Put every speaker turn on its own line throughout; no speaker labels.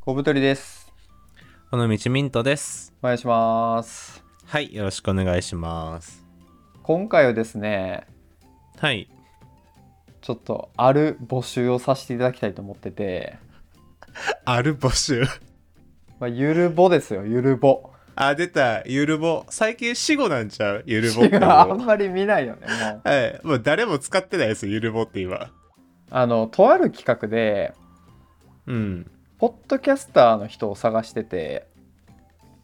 小太りです。
この道ミントです。
お願いします。
はい、よろしくお願いします。
今回はですね、
はい、
ちょっとある募集をさせていただきたいと思ってて、
ある募集。
まあ、ゆるぼですよ、ゆるぼ。
あ、出た、ゆるぼ。最近死語なんちゃうゆるぼっ
違
て
う
もう。
あん
は
まり見ないよね、もう。
い、もう誰も使ってないです、ゆるぼって今。
あの、とある企画で、
うん。
ポッドキャスターの人を探してて、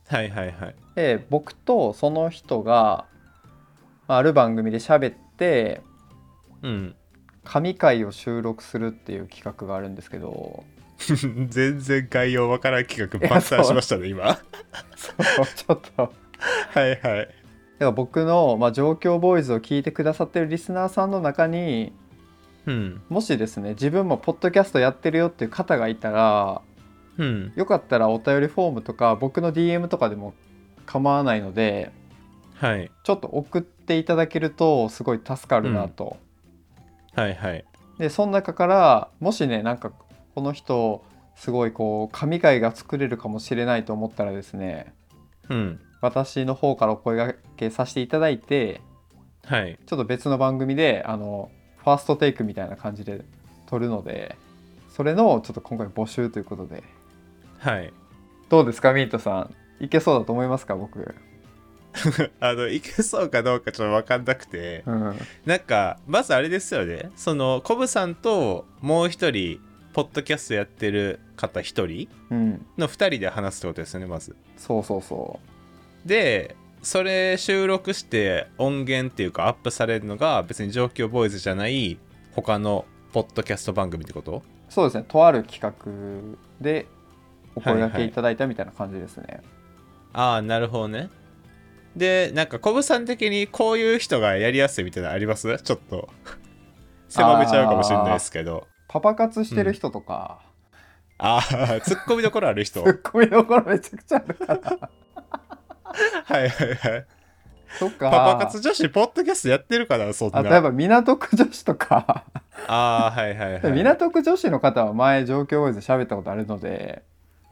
はいはいはい。
で、僕とその人が、まあある番組で喋って、
うん。
神回を収録するっていう企画があるんですけど、
全然概要わからん企画バッサーしましたね、今。 は
そうちょっと。
いはい。
だから僕の、まあ、状況ボーイズを聞いてくださってるリスナーさんの中に
うん。
もしですね自分もポッドキャストやってるよっていう方がいたら
うん。
よかったらお便りフォームとか僕の DM とかでも構わないので
はい。
ちょっと送っていただけるとすごい助かるなと。
はいはい。
でその中からもしねなんかこの人すごいこう神回が作れるかもしれないと思ったらですね
うん。
私の方からお声がけさせていただいて
はい。
ちょっと別の番組であのファーストテイクみたいな感じで撮るのでそれのちょっと今回募集ということで
はい。
どうですかミートさんいけそうだと思いますか僕、
あの、いけそうかどうかちょっとわかんなくて。
うん、
なんかまずあれですよねそのコブさんともう一人ポッドキャストやってる方一人
うん、
の二人で話すってことですよねまず
そうそうそ
でそれ収録して音源っていうかアップされるのが別に状況ボーイズじゃない他のポッドキャスト番組ってこと
うそうですねとある企画でお声がけいただいたみたいな感じですね、
ああなるほどねでなんかコブさん的にこういう人がやりやすいみたいなのありますちょっと狭めちゃうかもしれないですけど
パパ活してる人とか、
ああツッコミどころあ る人は
ツッコミどころめちゃくちゃあるから
いはいはい
とか
パパ活女子ポッドキャストやってるからそん
あとやっ
な
ぱ港区女子とか
ああーはいはいは い
港区女子の方は前状況ボーイズで喋ったことあるので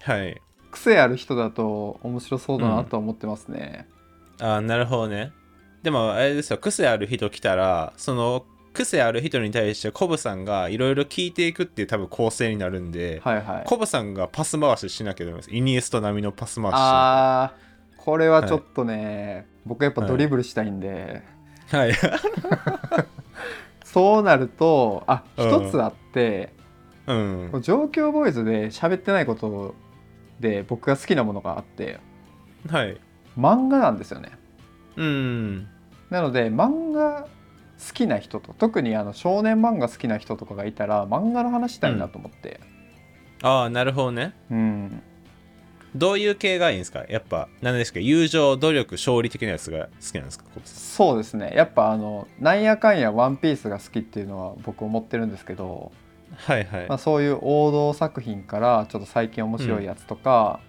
はい
癖ある人だと面白そうだなとは思ってますね、
ああなるほどねでもあれですよ癖ある人来たらその癖ある人に対してコブさんがいろいろ聞いていくっていう多分構成になるんで、
はいはい
コブさんがパス回ししなきゃダメですイニエスト並みのパス回ししな
あーこれはちょっとね、僕やっぱドリブルしたいんで、
きゃはい
そうなるとあ
うん
一つあって、
うん
こう上京ボーイズで喋ってないことで僕が好きなものがあって
はい
漫画なんですよね
うん
なので漫画好きな人と特にあの少年漫画好きな人とかがいたら漫画の話したいなと思って、
ああなるほどね
うん、
どういう系がいいんですかやっぱ何ですか友情努力勝利的なやつが好きなんですかコブさん
そうですねやっぱあのなんやかんや「ワンピースが好きっていうのは僕思ってるんですけど、
はいはい、
まあ、そういう王道作品からちょっと最近面白いやつとか、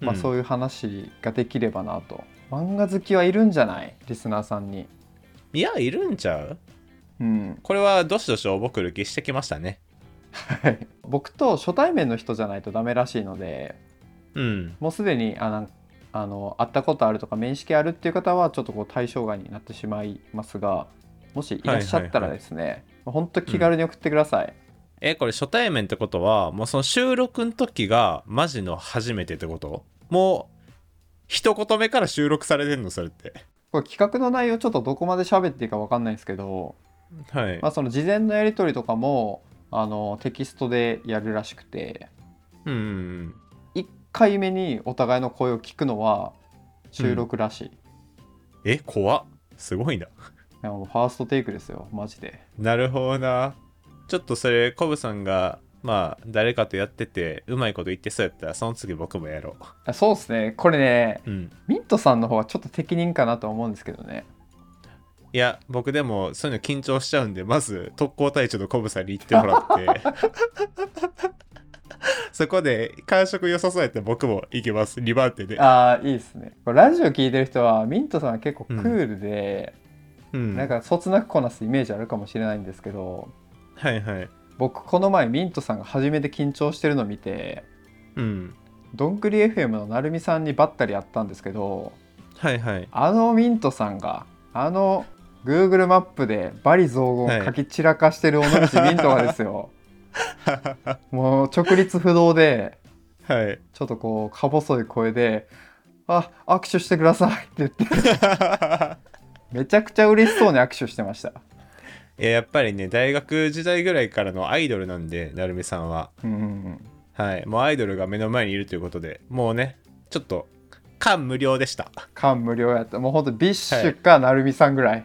まあ、そう
い
いう話ができればなと、漫画好きはいるんじゃないリスナーさんに、
うんいやいるんちゃう
うん
これはどしどし応募来る気してきましたね
はい、僕と初対面の人じゃないとダメらしいので
うん
もうすでにあなんあの会ったことあるとか面識あるっていう方はちょっとこう対象外になってしまいますがもしいらっしゃったらですね本当、ほんと気軽に送ってください、
えこれ初対面ってことはもうその収録の時がマジの初めてってこともう一言目から収録されてんのそれって
これ企画の内容ちょっとどこまで喋っていいか分かんないんですけど、
はい
まあ、その事前のやり取りとかもあのテキストでやるらしくて
うんうん
1回目にお互いの声を聞くのは収録らしい、
え怖っすごいな
でもファーストテイクですよマジで
なるほどなちょっとそれコブさんがまあ誰かとやっててうまいこと言ってそうやったらその次僕もやろ
あそうですねこれね
ううん
ミントさんの方はちょっと適任かなと思うんですけどね
いや僕でもそういうの緊張しちゃうんでまず特攻隊長のコブさんに行ってもらって そこで感触良さそうやって僕も行きます2番手で
ああいいですねこれラジオ聞いてる人はミントさんは結構クールで、
うん
なんかそつなくこなすイメージあるかもしれないんですけど
はいはい
僕この前ミントさんが初めて緊張してるの見て
うん
どんぐり FM のなるみさんにばったりやったんですけど
はいはい
あのミントさんがあの Google マップでバリ雑言を書き散らかしてる尾道ミントがですよもう直立不動で
はい
ちょっとこうか細い声で「あ握手してください」って言ってめちゃくちゃ嬉しそうに握手してました。
いややっぱりね大学時代ぐらいからのアイドルなんで成美さんは
うんうんうん
はいもうアイドルが目の前にいるということでもうねちょっと感無量でした
感無量やったもうほんとビッシュかなるみさんぐらい、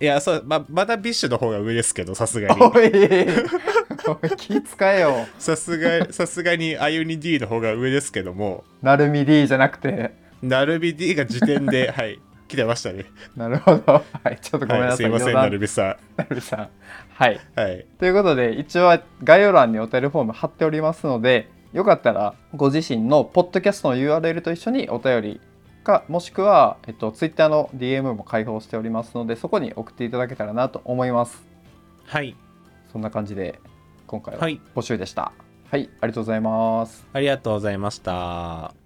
いやそうままだビッシュの方が上ですけどさすがに
おいおい 気使えよ
さすがさすがにあゆに D の方が上ですけども
なるみ D じゃなくて
なるみ D が時 点ではい来てましたね
なるほど はいちょっとごめんな
は
さ
い
い、
すいません
余談
なるみさ
なるみさんはい
んはい
ということで一応概要欄にお便りフォーム貼っておりますのでよかったらご自身のポッドキャストの URL と一緒にお便りかもしくは、えっと、Twitter の DM も開放しておりますのでそこに送っていただけたらなと思います
はい
そんな感じで今回は
はい
募集でしたはい、ありがとうございます
ありがとうございました